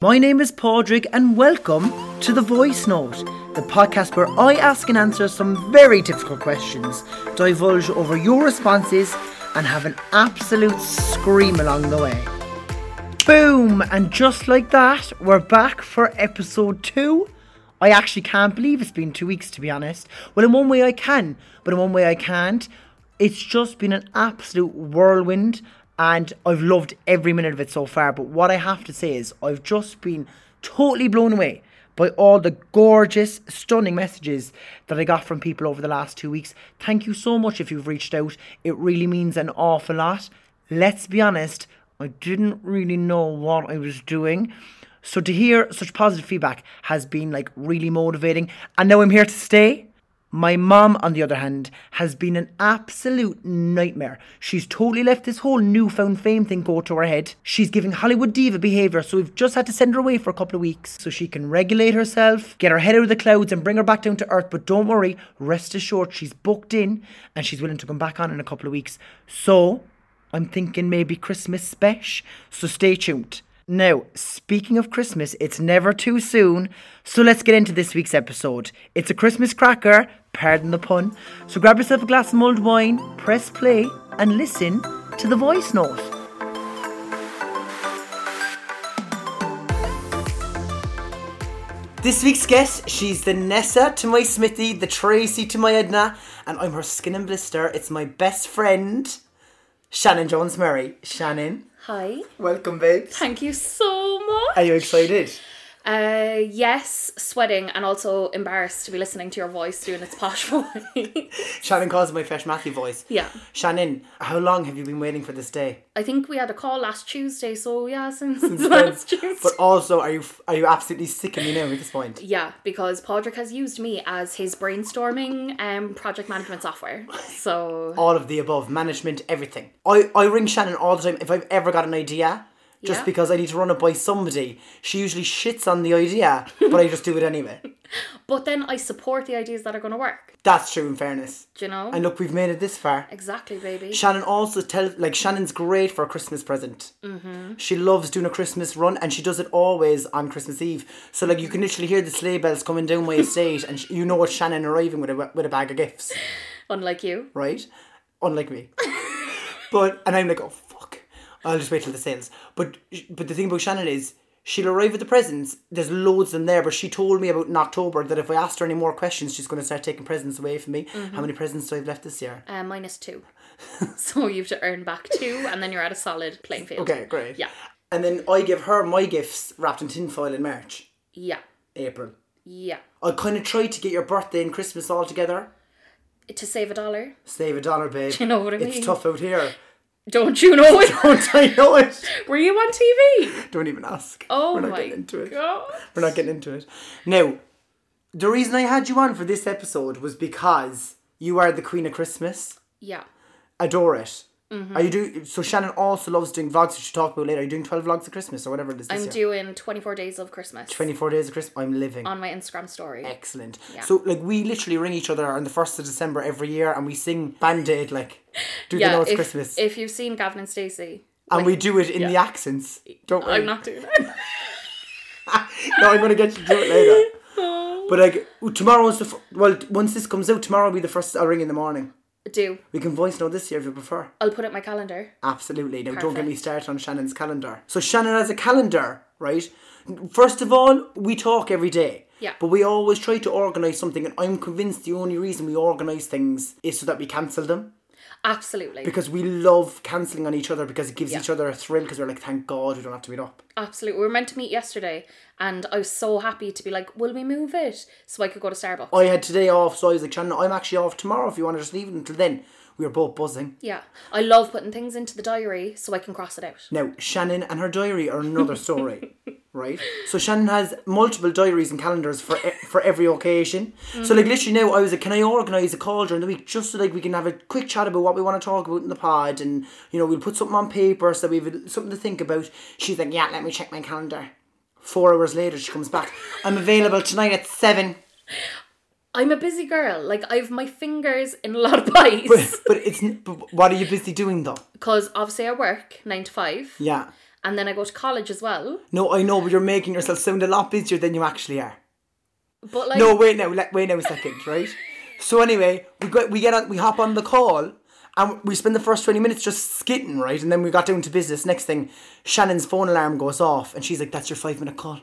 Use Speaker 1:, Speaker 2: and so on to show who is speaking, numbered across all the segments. Speaker 1: My name is Padraig, and welcome to The Voice Note, the podcast where I ask and answer some very difficult questions, divulge over your responses, and have an absolute scream along the way. Boom! And just like that, we're back for episode two. I actually can't believe it's been two weeks, to be honest. Well, in one way, I can, but in one way, I can't. It's just been an absolute whirlwind, and I've loved every minute of it so far. But what I have to say is, I've just been totally blown away by all the gorgeous, stunning messages that I got from people over the last two weeks. Thank you so much if you've reached out. It really means an awful lot. Let's be honest, I didn't really know what I was doing. So to hear such positive feedback has been like really motivating. And now I'm here to stay. My mom, on the other hand, has been an absolute nightmare. She's totally left this whole newfound fame thing go to her head. She's giving Hollywood diva behaviour, so we've just had to send her away for a couple of weeks so she can regulate herself, get her head out of the clouds, and bring her back down to earth. But don't worry, rest assured, she's booked in and she's willing to come back on in a couple of weeks. So I'm thinking maybe Christmas special, so stay tuned. Now, speaking of Christmas, it's never too soon, so let's get into this week's episode. It's a Christmas cracker, pardon the pun. So grab yourself a glass of mulled wine, press play, and listen to the voice note. This week's guest, she's the Nessa to my Smithy, the Tracy to my Edna, and I'm her skin and blister. It's my best friend, Shannon Jones Murray. Shannon,
Speaker 2: Hi.
Speaker 1: welcome, babes.
Speaker 2: Thank you so much.
Speaker 1: Are you excited?
Speaker 2: Uh, yes, sweating and also embarrassed to be listening to your voice doing its posh voice.
Speaker 1: Shannon calls my Fresh Matthew voice.
Speaker 2: yeah.
Speaker 1: Shannon, how long have you been waiting for this day?
Speaker 2: I think we had a call last Tuesday, so yeah, since last Tuesday.
Speaker 1: But also, are you are you absolutely sick of me now at this point?
Speaker 2: yeah, because Podrick has used me as his brainstorming um, project management software. So
Speaker 1: All of the above, management, everything. I, I ring Shannon all the time if I've ever got an idea, just
Speaker 2: Yeah.
Speaker 1: because I need to run it by somebody. She usually shits on the idea, but I just do it anyway.
Speaker 2: but then I support the ideas that are gonna work.
Speaker 1: That's true, in fairness.
Speaker 2: Do you know?
Speaker 1: And look, we've made it this far.
Speaker 2: exactly, baby.
Speaker 1: Shannon also tells like Shannon's great for a Christmas present. Mm-hmm. She loves doing a Christmas run, and she does it always on Christmas Eve. So like you can literally hear the sleigh bells coming down my estate, and sh- you know it's Shannon arriving with a with a bag of gifts,
Speaker 2: Unlike you.
Speaker 1: right? Unlike me, but and I'm like, oh fuck, I'll just wait till the sales. But but the thing about Shannon is. She'll arrive with the presents. There's loads in there, but she told me about in October that if I asked her any more questions, she's going to start taking presents away from me. How many presents do I have left this year?
Speaker 2: Uh, minus two. so you have to earn back two and then you're at a solid playing field.
Speaker 1: Okay, great.
Speaker 2: Yeah.
Speaker 1: And then I give her my gifts wrapped in tinfoil in March,
Speaker 2: Yeah.
Speaker 1: April.
Speaker 2: Yeah.
Speaker 1: I kind of tried to get your birthday and Christmas all together.
Speaker 2: To save a dollar.
Speaker 1: Save a dollar, babe.
Speaker 2: you know what I
Speaker 1: It's
Speaker 2: mean?
Speaker 1: tough out here.
Speaker 2: Don't you know it?
Speaker 1: Don't I know it?
Speaker 2: Were you on TV?
Speaker 1: Don't even ask.
Speaker 2: Oh
Speaker 1: We're not
Speaker 2: my
Speaker 1: getting into it.
Speaker 2: god.
Speaker 1: We're not getting into it. Now, the reason I had you on for this episode was because you are the queen of Christmas.
Speaker 2: Yeah.
Speaker 1: Adore it.
Speaker 2: Mm-hmm.
Speaker 1: Are you do so? Shannon also loves doing vlogs, which we'll talk about later. Are you doing twelve vlogs of Christmas or whatever it is this
Speaker 2: I'm
Speaker 1: year?
Speaker 2: doing 24 days of Christmas
Speaker 1: Twenty Eh, four days of Christmas. I'm living.
Speaker 2: on my Instagram story.
Speaker 1: Excellent.
Speaker 2: Yeah.
Speaker 1: So like we literally ring each other on the first of December every year and we sing Band Aid like Do the Lord's
Speaker 2: if,
Speaker 1: Christmas.
Speaker 2: if you've seen Gavin and Stacey,
Speaker 1: and we do it in the
Speaker 2: yeah.
Speaker 1: accents, don't we?
Speaker 2: I'm not doing that.
Speaker 1: no, I'm gonna get you to do it later.
Speaker 2: Oh.
Speaker 1: But like ooh, tomorrow's the f- well, t- once this comes out, tomorrow will be the first I'll ring in the morning.
Speaker 2: Do.
Speaker 1: We can voice note this year if you prefer.
Speaker 2: I'll put it in my calendar.
Speaker 1: Absolutely. Now, don't get
Speaker 2: Perfect.
Speaker 1: me started on Shannon's calendar. So Shannon has a calendar, right? First of all, we talk every day.
Speaker 2: Yeah.
Speaker 1: But we always try to organise something, and I'm convinced the only reason we organise things is so that we cancel them
Speaker 2: Absolutely.
Speaker 1: because we love cancelling on each other because it gives
Speaker 2: Yeah.
Speaker 1: each other a thrill because we're like, thank God we don't have to meet up.
Speaker 2: Absolutely. We were meant to meet yesterday and I was so happy to be like, will we move it? So I could go to Starbucks.
Speaker 1: I had today off, so I was like, Shannon, I'm actually off tomorrow if you want to just leave it until then. We were both buzzing.
Speaker 2: yeah. I love putting things into the diary so I can cross it out.
Speaker 1: Now, Shannon and her diary are another story, right? So Shannon has multiple diaries and calendars for e- for every occasion. So like literally now, I was like, can I organise a call during the week just so like we can have a quick chat about what we want to talk about in the pod, and you know we'll put something on paper so we've something to think about. She's like, yeah, let me check my calendar. Four hours later, she comes back. I'm available tonight at seven.
Speaker 2: I'm a busy girl. Like, I have my fingers in a lot of pies.
Speaker 1: But but it's n- but what are you busy doing though?
Speaker 2: Because obviously I work nine to five
Speaker 1: Yeah.
Speaker 2: and then I go to college as well.
Speaker 1: No, I know, but you're making yourself sound a lot busier than you actually are.
Speaker 2: But like,
Speaker 1: No, wait now, let, wait now a second, right? So anyway, we go, we get on, we hop on the call, and we spend the first twenty minutes just skitting, right? And then we got down to business. Next thing, Shannon's phone alarm goes off, and she's like, "That's your five minute call."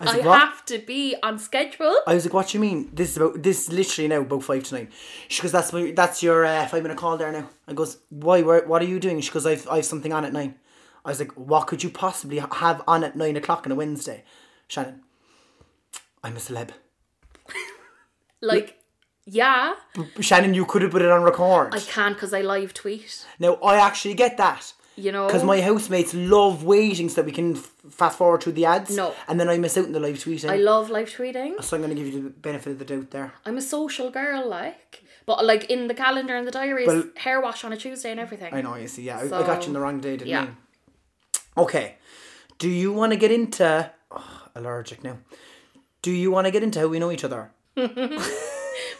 Speaker 1: I was
Speaker 2: I
Speaker 1: like, "What?"
Speaker 2: have to be on schedule.
Speaker 1: I was like, "What do you mean? This is about this is literally now about five to nine. She goes, "That's my, that's your uh, five minute call there now." I goes, "Why? Where, what are you doing?" She goes, "I've I've something on at nine. I was like, "What could you possibly ha- have on at nine o'clock on a Wednesday?" Shannon, I'm a celeb.
Speaker 2: Like, yeah,
Speaker 1: Shannon, you could have put it on record.
Speaker 2: I can because I live tweet.
Speaker 1: Now I actually get that
Speaker 2: You know,
Speaker 1: because my housemates love waiting so that we can f- fast forward through the ads.
Speaker 2: No.
Speaker 1: and then I miss out on the live tweeting.
Speaker 2: I love live tweeting.
Speaker 1: so I'm going to give you the benefit of the doubt there.
Speaker 2: I'm a social girl, like, but like in the calendar and the diaries,
Speaker 1: Well-
Speaker 2: hair wash on a Tuesday and everything.
Speaker 1: I know you see. Yeah, I- I got you
Speaker 2: So,
Speaker 1: on the wrong day, didn't
Speaker 2: yeah.
Speaker 1: I? Okay. Do you want to get into oh, allergic now? Do you want to get into how we know each other?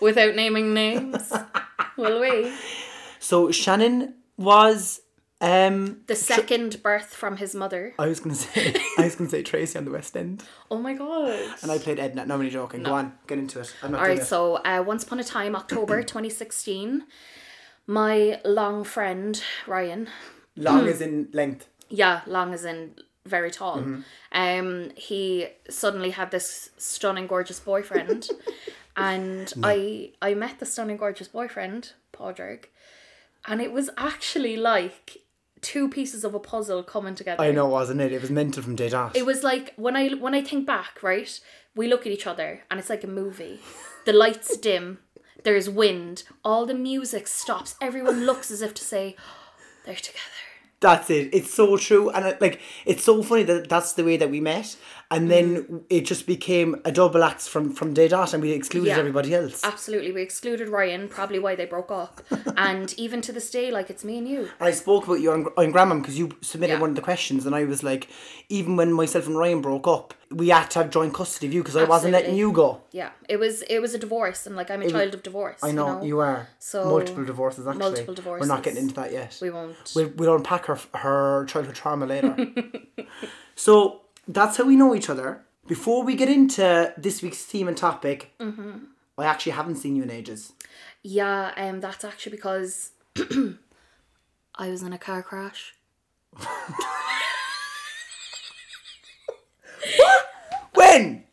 Speaker 2: Without naming names, will we?
Speaker 1: So Shannon was um
Speaker 2: The second birth from his mother.
Speaker 1: I was gonna say I was gonna say Tracy on the West End,
Speaker 2: Oh my god.
Speaker 1: and I played Edna. No, I'm only joking. Go on, get into it. I'm not.
Speaker 2: All
Speaker 1: doing
Speaker 2: right,
Speaker 1: it.
Speaker 2: so uh, once upon a time, October 2016, my long friend, Ryan,
Speaker 1: long is in length.
Speaker 2: yeah, long as in very tall.
Speaker 1: Mm-hmm.
Speaker 2: Um, he suddenly had this stunning, gorgeous boyfriend, and
Speaker 1: Mm.
Speaker 2: I I met the stunning, gorgeous boyfriend, Podrick, and it was actually like two pieces of a puzzle coming together.
Speaker 1: I know, wasn't it? It was mental from day dot.
Speaker 2: It was like when I when I think back, right? We look at each other and it's like a movie. The lights dim, there's wind, all the music stops, everyone looks as if to say, "They're together."
Speaker 1: That's it. It's so true, and it, like it's so funny that that's the way that we met, and
Speaker 2: Hmm.
Speaker 1: then it just became a double act from from day dot, and we excluded
Speaker 2: Yeah.
Speaker 1: everybody else.
Speaker 2: Absolutely, we excluded Ryan, probably why they broke up. and even to this day, like it's me and you.
Speaker 1: And I spoke about you on, on Grandmum because you submitted
Speaker 2: Yeah.
Speaker 1: one of the questions, and I was like, even when myself and Ryan broke up, we had to have joint custody of you because I wasn't letting
Speaker 2: Absolutely.
Speaker 1: you go.
Speaker 2: Yeah, it was it was a divorce, and like I'm a child of divorce.
Speaker 1: I know, you are.
Speaker 2: So-
Speaker 1: multiple divorces actually.
Speaker 2: multiple
Speaker 1: We're not getting
Speaker 2: divorces.
Speaker 1: into that yet.
Speaker 2: We won't.
Speaker 1: We'll, we'll unpack her her childhood trauma later. so that's how we know each other. Before we get into this week's theme and topic,
Speaker 2: Mm-hmm.
Speaker 1: I actually haven't seen you in ages.
Speaker 2: Yeah, um, that's actually because I was in a car crash.
Speaker 1: When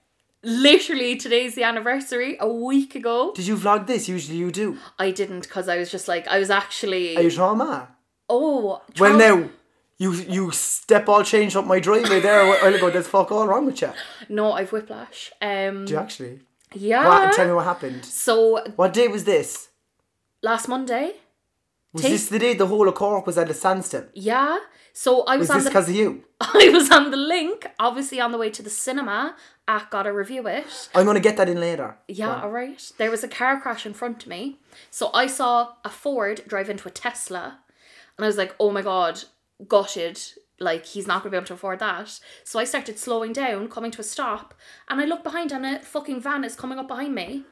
Speaker 2: Literally, today's the anniversary. A week ago,
Speaker 1: did you vlog this? Usually you do.
Speaker 2: I didn't because I was just like I was actually
Speaker 1: Are you trauma?
Speaker 2: oh
Speaker 1: Well,
Speaker 2: Trump-
Speaker 1: now you you step all changed up my driveway there a while ago. There's fuck all wrong with you.
Speaker 2: no I've whiplash um
Speaker 1: Do you actually?
Speaker 2: yeah
Speaker 1: What, tell me what happened.
Speaker 2: so
Speaker 1: What day was this?
Speaker 2: last Monday
Speaker 1: Was
Speaker 2: Take-
Speaker 1: this the day the whole of Cork was at a standstill?
Speaker 2: yeah so I
Speaker 1: Was
Speaker 2: was, on
Speaker 1: this
Speaker 2: the
Speaker 1: because of you?
Speaker 2: I was on the link, obviously on the way to the cinema. I gotta review it.
Speaker 1: I'm gonna get that in later.
Speaker 2: Yeah, all right. There was a car crash in front of me, so I saw a Ford drive into a Tesla, and I was like, "Oh my god, gutted! Like he's not gonna be able to afford that." So I started slowing down, coming to a stop, and I look behind, and a fucking van is coming up behind me,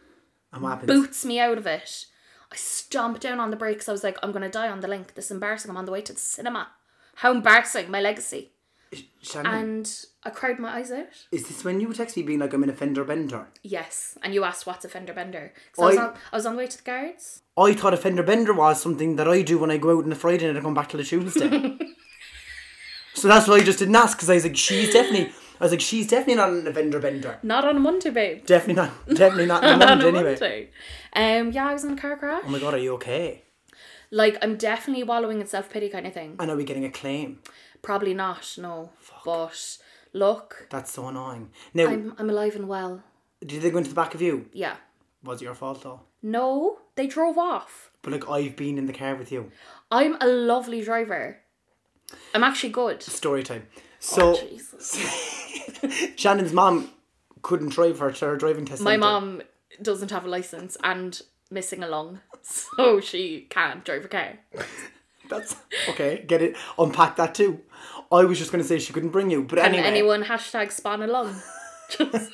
Speaker 1: I'm happy.
Speaker 2: boots me out of it. I stomped down on the brakes. I was like, "I'm gonna die on the link. This is embarrassing. I'm on the way to the cinema." How embarrassing, my legacy.
Speaker 1: Shannon,
Speaker 2: And I cried my eyes out.
Speaker 1: is this when you were texting me being like, I'm in a fender bender?
Speaker 2: Yes. And you asked what's a fender bender. 'Cause I, was
Speaker 1: I-
Speaker 2: on, I was on the way to the guards.
Speaker 1: I thought a fender bender was something that I do when I go out on a Friday and I come back till a Tuesday. so that's why I just didn't ask because I was like, she's definitely, I was like, she's definitely not in a fender bender.
Speaker 2: Not on a Monday, babe.
Speaker 1: Definitely not, definitely not in a
Speaker 2: Not
Speaker 1: month
Speaker 2: on a
Speaker 1: anyway.
Speaker 2: Monday. Um, yeah, I was in a car crash.
Speaker 1: Oh my god, are you okay?
Speaker 2: Like, I'm definitely wallowing in self pity kind of thing.
Speaker 1: And are we getting a claim?
Speaker 2: Probably not, no. But look,
Speaker 1: That's so annoying. Now,
Speaker 2: I'm, I'm alive and well.
Speaker 1: did they go into the back of you?
Speaker 2: Yeah.
Speaker 1: Was it your fault though?
Speaker 2: No, they drove off.
Speaker 1: But like, I've been in the car with you.
Speaker 2: I'm a lovely driver. I'm actually good.
Speaker 1: Story time.
Speaker 2: Oh,
Speaker 1: So, Shannon's mom couldn't drive her to her driving test.
Speaker 2: My
Speaker 1: centre.
Speaker 2: mom doesn't have a license and missing a lung, so she can't drive a car.
Speaker 1: That's okay. Get it? Unpack that too. I was just going to say she couldn't bring you, but
Speaker 2: And
Speaker 1: anyway,
Speaker 2: anyone hashtag span a lung. Just-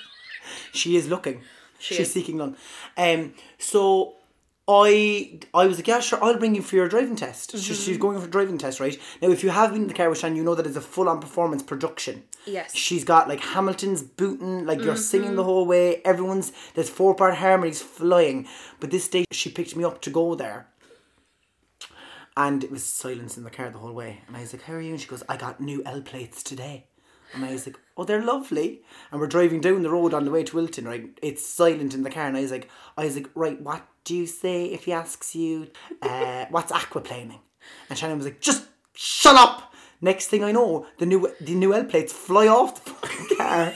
Speaker 1: she is looking. She's
Speaker 2: is.
Speaker 1: seeking long. Um. So. I I was like, yeah, sure, I'll bring you for your driving test. She-
Speaker 2: Mm-hmm.
Speaker 1: She's going for a driving test, right? Now, if you have been in the car with Shan, you know that it's a full on performance production.
Speaker 2: yes. Mm-hmm.
Speaker 1: She's got like Hamilton's booting, like you're singing the whole way. Everyone's there's four part harmonies flying. But this day she picked me up to go there. And it was silence in the car the whole way. And I was like, How are you? And she goes, I got new L plates today. And I was like, Oh, they're lovely. And we're driving down the road on the way to Wilton, right? It's silent in the car. And I was like, I was like, Right, what do you say if he asks you, uh, what's aquaplaning? And Shannon was like, Just shut up! Next thing I know, the new the new L plates fly off the fucking car.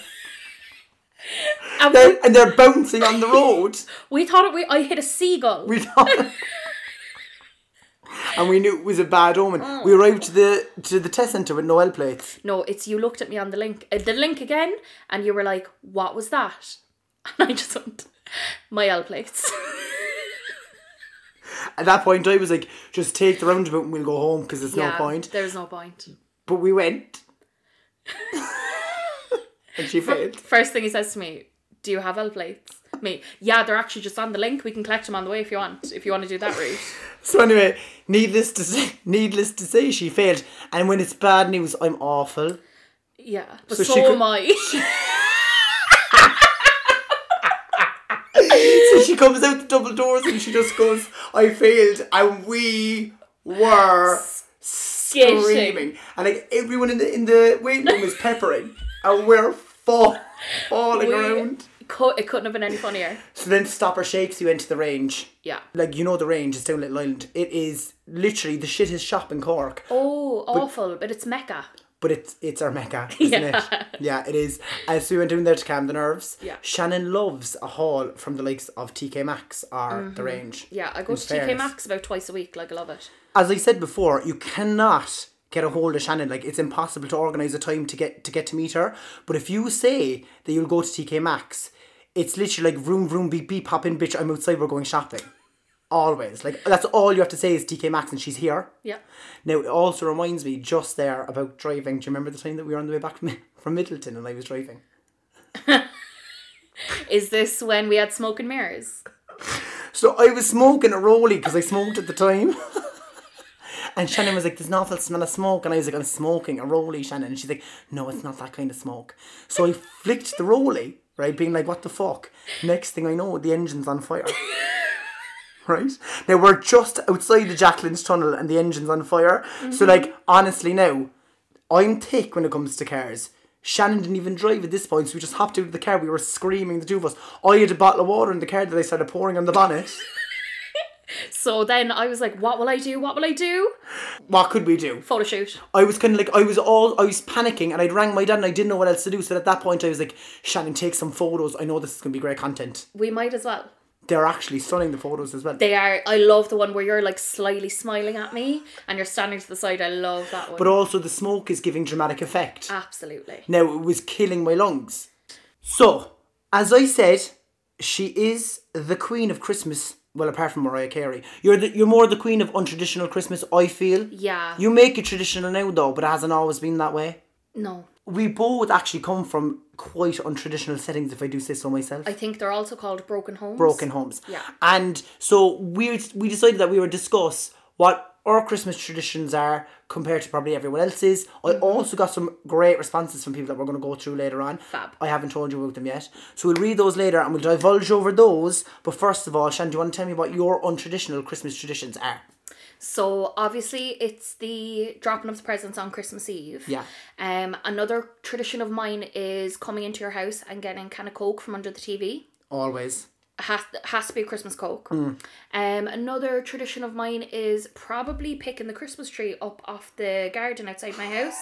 Speaker 2: And
Speaker 1: They're, and they're bouncing on the road.
Speaker 2: we thought it, we I hit a seagull.
Speaker 1: We thought, and we knew it was a bad omen. We arrived to the to the test centre with Noel plates.
Speaker 2: no, it's you looked at me on the link, uh, the link again, and you were like, "What was that?" And I just went, "My L plates."
Speaker 1: At that point, I was like, "Just take the roundabout and we'll go home because there's no point."
Speaker 2: There's no point.
Speaker 1: But we went, and she failed.
Speaker 2: First thing he says to me, "Do you have L plates?" Me, yeah, they're actually just on the link. We can collect them on the way if you want. If you want to do that route.
Speaker 1: So anyway, needless to say, needless to say, she failed. And when it's bad news, I'm awful.
Speaker 2: Yeah, but
Speaker 1: So
Speaker 2: so,
Speaker 1: she could-
Speaker 2: am I.
Speaker 1: So she comes out the double doors and she just goes, "I failed," and we were screaming, and like everyone in the in the waiting room is peppering, and we're fall, falling
Speaker 2: We-
Speaker 1: around.
Speaker 2: Cou- it couldn't have been any funnier.
Speaker 1: So then Stopper shakes you into the range.
Speaker 2: Yeah.
Speaker 1: Like you know the range is down Little Island. It is literally the shittest shop in Cork,
Speaker 2: Oh, awful, but it's Mecca.
Speaker 1: but it's it's our mecca, isn't it? Yeah, it is. Uh, so we went down there to calm the nerves.
Speaker 2: Yeah.
Speaker 1: Shannon loves a haul from the likes of TK Maxx or the range.
Speaker 2: Mm-hmm. Yeah, I go
Speaker 1: In
Speaker 2: to TK
Speaker 1: fairness.
Speaker 2: Maxx about twice a week. Like I love it.
Speaker 1: as I said before, you cannot get a hold of Shannon. Like it's impossible to organise a time to get to get to meet her. But if you say that you'll go to TK Maxx, it's literally like room room beep beep pop in bitch. I'm outside. We're going shopping. Always like that's all you have to say is TK Maxx and she's here.
Speaker 2: Yeah.
Speaker 1: Now it also reminds me just there about driving. Do you remember the time that we were on the way back from, from Middleton and I was driving?
Speaker 2: Is this when we had smoke and mirrors?
Speaker 1: So I was smoking a rollie because I smoked at the time. and Shannon was like, there's an awful smell of smoke. And I was like, I'm smoking a rollie, Shannon. And she's like, no, it's not that kind of smoke. So I flicked the rollie, right, being like, what the fuck? Next thing I know, the engine's on fire. Right now, we're just outside the Jacqueline's tunnel, and the engine's on fire. So, like, honestly, now I'm thick when it comes to cars. Shannon didn't even drive at this point, so we just hopped out of the car. We were screaming, the two of us. I had a bottle of water in the car that I started pouring on the bonnet.
Speaker 2: So then I was like, "What will I do? What will I do?"
Speaker 1: What could we do?
Speaker 2: Photo shoot.
Speaker 1: I was kind of like, I was all, I was panicking, and I'd rang my dad, and I didn't know what else to do. So at that point, I was like, Shannon, take some photos. I know this is going to be great content.
Speaker 2: We might as well.
Speaker 1: They're actually stunning, the photos as well.
Speaker 2: They are. I love the one where you're like slyly smiling at me and you're standing to the side. I love that one.
Speaker 1: but also, the smoke is giving dramatic effect.
Speaker 2: Ah. Absolutely.
Speaker 1: Now it was killing my lungs. So, as I said, she is the queen of Christmas. Well, apart from Mariah Carey, you're the, you're more the queen of untraditional Christmas. I feel.
Speaker 2: Yeah.
Speaker 1: You make it traditional now, though, but it hasn't always been that way.
Speaker 2: No.
Speaker 1: We both actually come from quite untraditional settings, if I do say so myself.
Speaker 2: I think they're also called broken homes.
Speaker 1: Broken homes.
Speaker 2: Yeah.
Speaker 1: And so we we decided that we would discuss what our Christmas traditions are compared to probably everyone else's. I
Speaker 2: Mm-hmm.
Speaker 1: also got some great responses from people that we're going to go through later on.
Speaker 2: Fab.
Speaker 1: I haven't told you about them yet. So we'll read those later and we'll divulge over those. But first of all, Shan, do you want to tell me what your untraditional Christmas traditions are?
Speaker 2: So obviously it's the dropping of the presents on Christmas Eve.
Speaker 1: Yeah.
Speaker 2: Um another tradition of mine is coming into your house and getting a can of Coke from under the TV.
Speaker 1: Always.
Speaker 2: Has has to be a Christmas Coke.
Speaker 1: Mm.
Speaker 2: Um another tradition of mine is probably picking the Christmas tree up off the garden outside my house.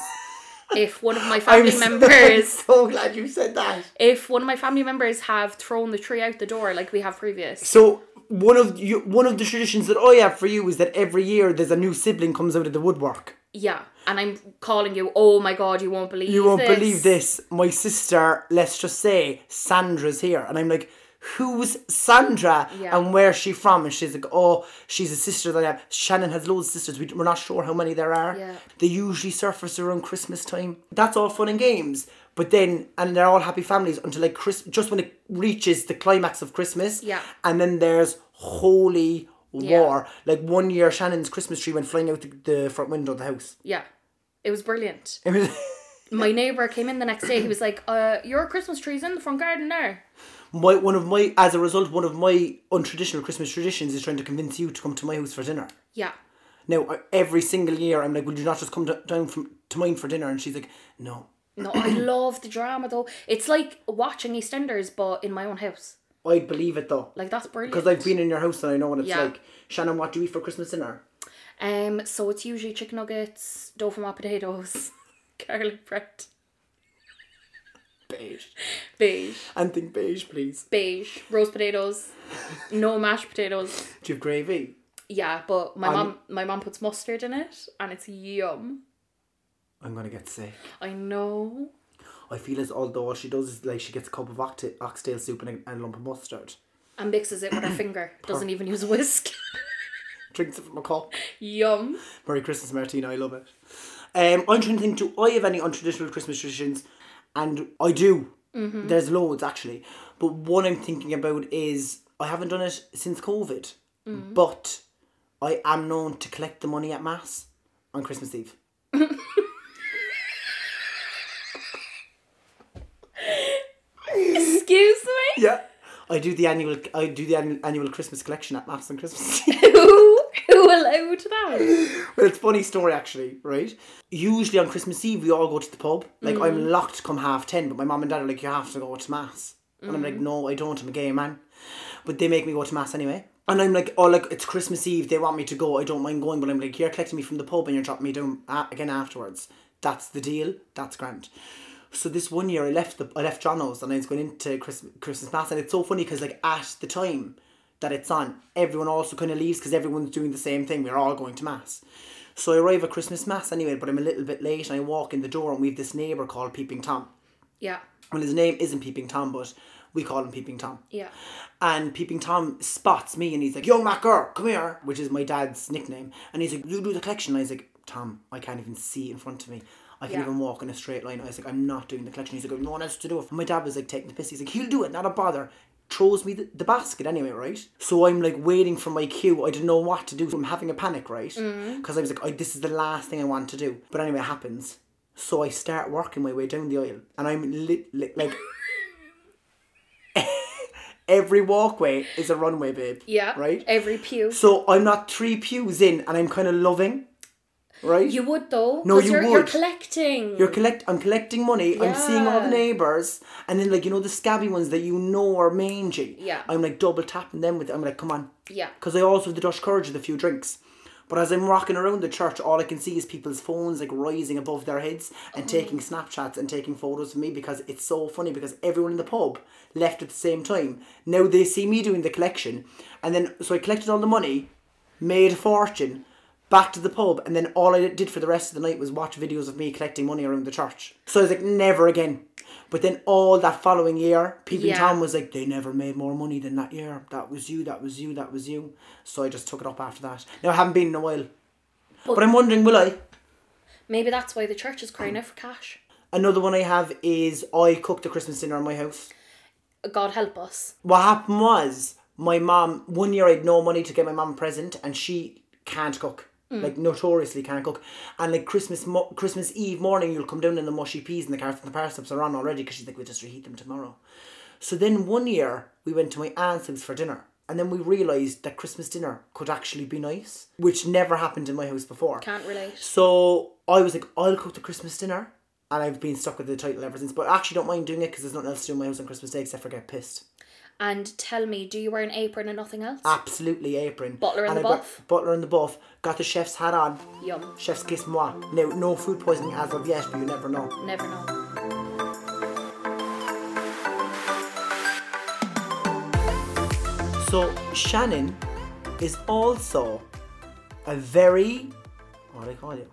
Speaker 2: if one of my family
Speaker 1: so- I'm
Speaker 2: members
Speaker 1: so glad you said that.
Speaker 2: if one of my family members have thrown the tree out the door like we have previous.
Speaker 1: So one of you, one of the traditions that I have for you is that every year there's a new sibling comes out of the woodwork.
Speaker 2: Yeah. And I'm calling you, oh my god, you won't believe
Speaker 1: You won't believe this. My sister, let's just say, Sandra's here. And I'm like, who's Sandra
Speaker 2: Yeah.
Speaker 1: and where's she from? And she's like, oh, she's a sister that I have. Shannon has loads of sisters. We, we're not sure how many there are.
Speaker 2: Yeah.
Speaker 1: They usually surface around Christmas time. That's all fun and games. But then, and they're all happy families until like Chris, just when it reaches the climax of Christmas.
Speaker 2: Yeah.
Speaker 1: And then there's holy
Speaker 2: Yeah.
Speaker 1: war. Like one year, Shannon's Christmas tree went flying out the, the front window of the house.
Speaker 2: Yeah. It was brilliant.
Speaker 1: It was.
Speaker 2: my neighbor came in the next day. He was like, "Uh, your Christmas tree's in the front garden now."
Speaker 1: my one of my as a result one of my untraditional Christmas traditions is trying to convince you to come to my house for dinner.
Speaker 2: Yeah,
Speaker 1: Now I- every single year I'm like, will you not just come to, down from to mine for dinner? And she's like, no,
Speaker 2: no, I love the drama though. It's like watching EastEnders, but in my own house.
Speaker 1: I believe it though
Speaker 2: Like that's brilliant.
Speaker 1: because I've been in your house and I know what it's
Speaker 2: Yeah.
Speaker 1: like. Shannon, what do you eat for Christmas dinner?
Speaker 2: um, so it's usually chicken nuggets, dough from potatoes, garlic bread,
Speaker 1: Beige.
Speaker 2: beige,
Speaker 1: And think beige, please.
Speaker 2: beige, roast potatoes, no mashed potatoes.
Speaker 1: Do you have gravy?
Speaker 2: Yeah, but my mom, my mom puts mustard in it, and it's yum.
Speaker 1: I'm gonna get sick.
Speaker 2: I know.
Speaker 1: I feel as although all she does is like she gets a cup of oct- oxtail soup and a, and a lump of mustard,
Speaker 2: And mixes it with her finger. Doesn't even use a whisk.
Speaker 1: drinks it from a cup.
Speaker 2: yum.
Speaker 1: Merry Christmas, Martina. I love it. Um, I'm trying to think, do I have any untraditional Christmas traditions? And I do. There's loads, actually. But one I'm thinking about is I haven't done it since COVID, but I am known to collect the money at Mass on Christmas Eve.
Speaker 2: Excuse me.
Speaker 1: Yeah. I do the annual I do the annual, annual Christmas collection at Mass on Christmas Eve.
Speaker 2: who who allowed that?
Speaker 1: Well, it's a funny story actually, right? Usually on Christmas Eve we all go to the pub. Like I'm locked come half ten, but my mum and dad are like, you have to go to mass, and I'm like, no, I don't. I'm a gay man, but they make me go to mass anyway. And I'm like, oh, like it's Christmas Eve. They want me to go. I don't mind going, but I'm like, you're collecting me from the pub and you're dropping me down a- again afterwards. That's the deal. That's grand. So this one year I left the I left John's and I was going into Christmas Christmas mass, and it's so funny because like at the time that it's on, everyone also kind of leaves because everyone's doing the same thing. We're all going to mass. So I arrive at Christmas Mass anyway, but I'm a little bit late and I walk in the door and we have this neighbour called Peeping Tom.
Speaker 2: Yeah,
Speaker 1: Well, his name isn't Peeping Tom, but we call him Peeping Tom.
Speaker 2: yeah,
Speaker 1: And Peeping Tom spots me and he's like, Young Mac girl, come here, which is my dad's nickname. And he's like, You do the collection. And I was like, Tom, I can't even see in front of me. I can
Speaker 2: Yeah.
Speaker 1: even walk in a straight line. I was like, I'm not doing the collection. He's like, No one else to do it. And my dad was like, Taking the piss. He's like, He'll do it, not a bother. Throws me the, the basket anyway, right? So I'm like waiting for my cue. I didn't know what to do. So I'm having a panic, right? Because I was like, I, This is the last thing I want to do. But anyway, it happens. So I start working my way down the aisle and I'm lit, lit, like. Every walkway is a runway, babe.
Speaker 2: yeah.
Speaker 1: Right?
Speaker 2: Every pew.
Speaker 1: So I'm not three pews in and I'm kind of loving, right?
Speaker 2: You would though.
Speaker 1: No,
Speaker 2: 'cause
Speaker 1: you
Speaker 2: you're, You're
Speaker 1: would.
Speaker 2: collecting.
Speaker 1: You're collect. I'm collecting money. I'm seeing all the
Speaker 2: Yeah.
Speaker 1: neighbors, and then like you know the scabby ones that you know are mangy.
Speaker 2: Yeah.
Speaker 1: I'm like double tapping them with. I'm like, come on.
Speaker 2: Yeah.
Speaker 1: Because I also have the Dutch courage with a few drinks. But as I'm rocking around the church, all I can see is people's phones like rising above their heads
Speaker 2: Oh.
Speaker 1: and taking Snapchats and taking photos of me because it's so funny because everyone in the pub left at the same time. Now they see me doing the collection, and then so I collected all the money, made a fortune, back to the pub, and then all I did for the rest of the night was watch videos of me collecting money around the church. So I was like, never again. But then all that following year, Peeping
Speaker 2: Yeah.
Speaker 1: Tom was like, they never made more money than that year. That was you, that was you, that was you. So I just took it up after that. Now I haven't been in a while. But, I'm wondering, will I?
Speaker 2: Maybe that's why the church is crying out for cash.
Speaker 1: Another one I have is I cooked a Christmas dinner in my house.
Speaker 2: God help us.
Speaker 1: what happened was my mom one year I had no money to get my mom a present and she can't cook. Like notoriously can't cook, and like Christmas mo- Christmas Eve morning, you'll come down and the mushy peas and the carrots and the parsnips are on already because she's like, we'll just reheat them tomorrow. So then one year we went to my aunt's house for dinner, and then we realised that Christmas dinner could actually be nice, which never happened in my house before.
Speaker 2: Can't relate.
Speaker 1: So I was like, I'll cook the Christmas dinner, and I've been stuck with the title ever since. But I actually don't mind doing it because there's nothing else to do in my house on Christmas Day except for get pissed.
Speaker 2: And tell me, do you wear an apron and nothing else?
Speaker 1: Ah. Absolutely apron.
Speaker 2: Butler and the
Speaker 1: I got-
Speaker 2: buff.
Speaker 1: butler and the buff. Got the chef's hat on.
Speaker 2: Yum.
Speaker 1: Chef's kiss moi. No, no food poisoning as of yet, but you never know.
Speaker 2: Never know.
Speaker 1: So Shannon is also a very what do I call it?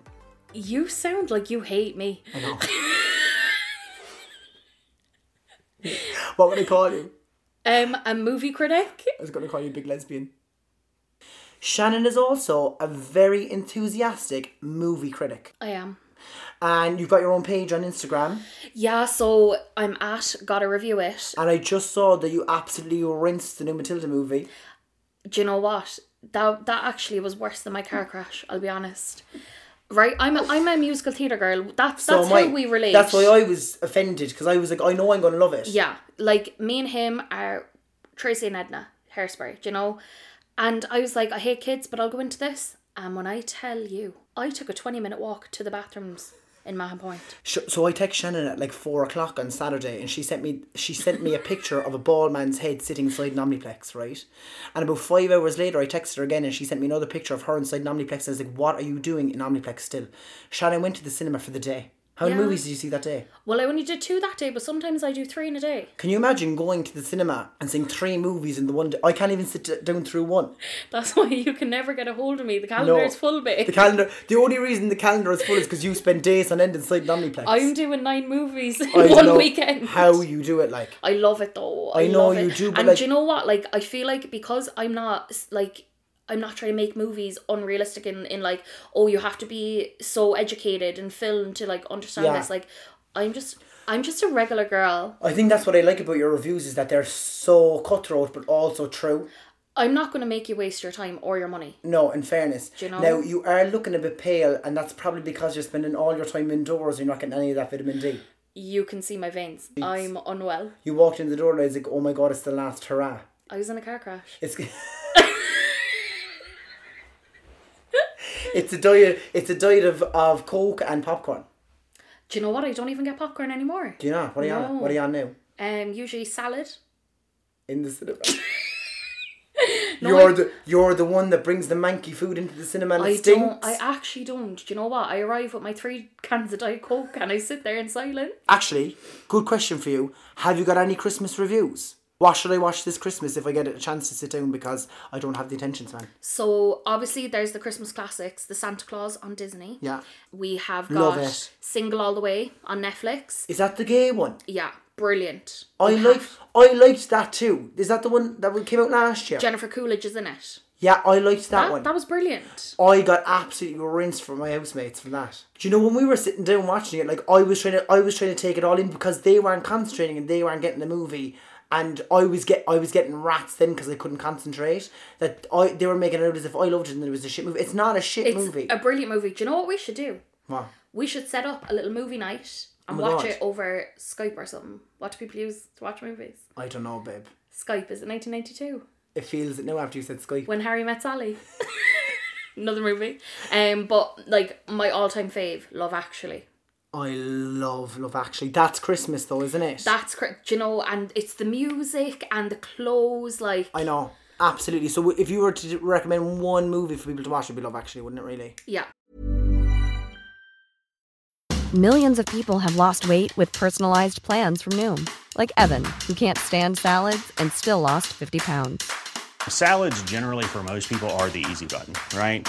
Speaker 2: You sound like you hate me.
Speaker 1: I know. what would I call you?
Speaker 2: Um, a movie critic.
Speaker 1: I was going to call you a big lesbian. Shannon is also a very enthusiastic movie critic,
Speaker 2: I am.
Speaker 1: and you've got your own page on Instagram.
Speaker 2: Yeah, so I'm at gotta review it.
Speaker 1: And I just saw that you absolutely rinsed the new Matilda movie.
Speaker 2: Do you know what? That that actually was worse than my car crash. I'll be honest. Right, I'm a, I'm a musical theatre girl. That's
Speaker 1: So
Speaker 2: that's
Speaker 1: am I.
Speaker 2: how we relate.
Speaker 1: That's why I was offended because I was like, I know I'm gonna love it.
Speaker 2: Yeah, like me and him are Tracy and Edna, hairspray, do you know? And I was like, I hate kids, but I'll go into this. And when I tell you, I took a 20 minute walk to the bathrooms in Mahon Point.
Speaker 1: Sh- So I text Shannon at like four o'clock on Saturday, and she sent me she sent me a picture of a bald man's head sitting inside an omniplex, right? And about five hours later, I texted her again, and she sent me another picture of her inside an omniplex. And I was like, "What are you doing in omniplex still?" Shannon went to the cinema for the day. How many
Speaker 2: Yeah.
Speaker 1: movies did you see that day?
Speaker 2: Well, I only did two that day, but sometimes I do three in a day.
Speaker 1: Can you imagine going to the cinema and seeing three movies in the one day? I can't even sit d- down through one.
Speaker 2: That's why you can never get a hold of me. The calendar is full,
Speaker 1: The
Speaker 2: babe.
Speaker 1: calendar. The only reason the calendar is full is because you spend days on end inside an omniplex.
Speaker 2: I'm doing nine movies in
Speaker 1: I don't
Speaker 2: one
Speaker 1: know
Speaker 2: weekend.
Speaker 1: How you do it, like?
Speaker 2: I love it though. I,
Speaker 1: I know
Speaker 2: love it.
Speaker 1: you do, but
Speaker 2: and
Speaker 1: like-
Speaker 2: do you know what? Like, I feel like because I'm not like I'm not trying to make movies unrealistic in in like oh you have to be so educated and film to like understand
Speaker 1: Yeah.
Speaker 2: this. Like, I'm just I'm just a regular girl.
Speaker 1: I think that's what I like about your reviews is that they're so cutthroat but also true.
Speaker 2: I'm not gonna make you waste your time or your money.
Speaker 1: No, in fairness.
Speaker 2: you know?
Speaker 1: Now you are looking a bit pale, and that's probably because you're spending all your time indoors and you're not getting any of that vitamin D.
Speaker 2: You can see my veins. I'm unwell.
Speaker 1: You walked in the door and I was like, "Oh my god, it's the last hurrah!"
Speaker 2: I was in a car crash.
Speaker 1: It's it's a diet. It's a diet of, of coke and popcorn.
Speaker 2: Do you know what? I don't even get popcorn anymore.
Speaker 1: Do you know what are you on?
Speaker 2: No.
Speaker 1: What are you on now?
Speaker 2: Um, usually salad.
Speaker 1: In the cinema. you're the you're the one that brings the manky food into the cinema and it
Speaker 2: I
Speaker 1: stinks.
Speaker 2: don't. I actually don't. Do you know what? I arrive with my three cans of Diet Coke and I sit there in silence.
Speaker 1: Actually, good question for you. Have you got any Christmas reviews? What should I watch this Christmas if I get a chance to sit down because I don't have the attention span?
Speaker 2: So obviously there's the Christmas classics, the Santa Claus on Disney.
Speaker 1: Yeah.
Speaker 2: We have
Speaker 1: Love
Speaker 2: got
Speaker 1: it.
Speaker 2: Single All the Way on Netflix.
Speaker 1: Is that the gay one?
Speaker 2: Yeah, brilliant.
Speaker 1: I like I liked that too. Is that the one that came out last year?
Speaker 2: Jennifer Coolidge is in it.
Speaker 1: yeah, I liked that,
Speaker 2: That,
Speaker 1: one.
Speaker 2: that was brilliant.
Speaker 1: I got absolutely rinsed from my housemates from that. Do you know when we were sitting down watching it, like I was trying to I was trying to take it all in because they weren't concentrating and they weren't getting the movie and I was get I was getting rats then because I couldn't concentrate. That I they were making it out as if I loved it and it was a shit movie. It's not a shit
Speaker 2: It's
Speaker 1: movie.
Speaker 2: a brilliant movie. Do you know what we should do?
Speaker 1: Wow.
Speaker 2: We should set up a little movie night and
Speaker 1: Oh my
Speaker 2: watch
Speaker 1: God.
Speaker 2: it over Skype or something. What do people use to watch movies?
Speaker 1: I don't know, babe.
Speaker 2: Skype is it 1992
Speaker 1: It feels it now after you said Skype.
Speaker 2: when Harry met Sally. Another movie. Um, but like my all-time fave, Love Actually.
Speaker 1: I love Love Actually. That's Christmas though, isn't it?
Speaker 2: That's correct, you know, and it's the music and the clothes, like
Speaker 1: I know. Absolutely. So if you were to recommend one movie for people to watch, it'd be Love Actually, wouldn't it? Really.
Speaker 2: yeah.
Speaker 3: Millions of people have lost weight with personalized plans from Noom, like Evan, who can't stand salads and still lost 50 pounds.
Speaker 4: Salads, generally, for most people, are the easy button, right?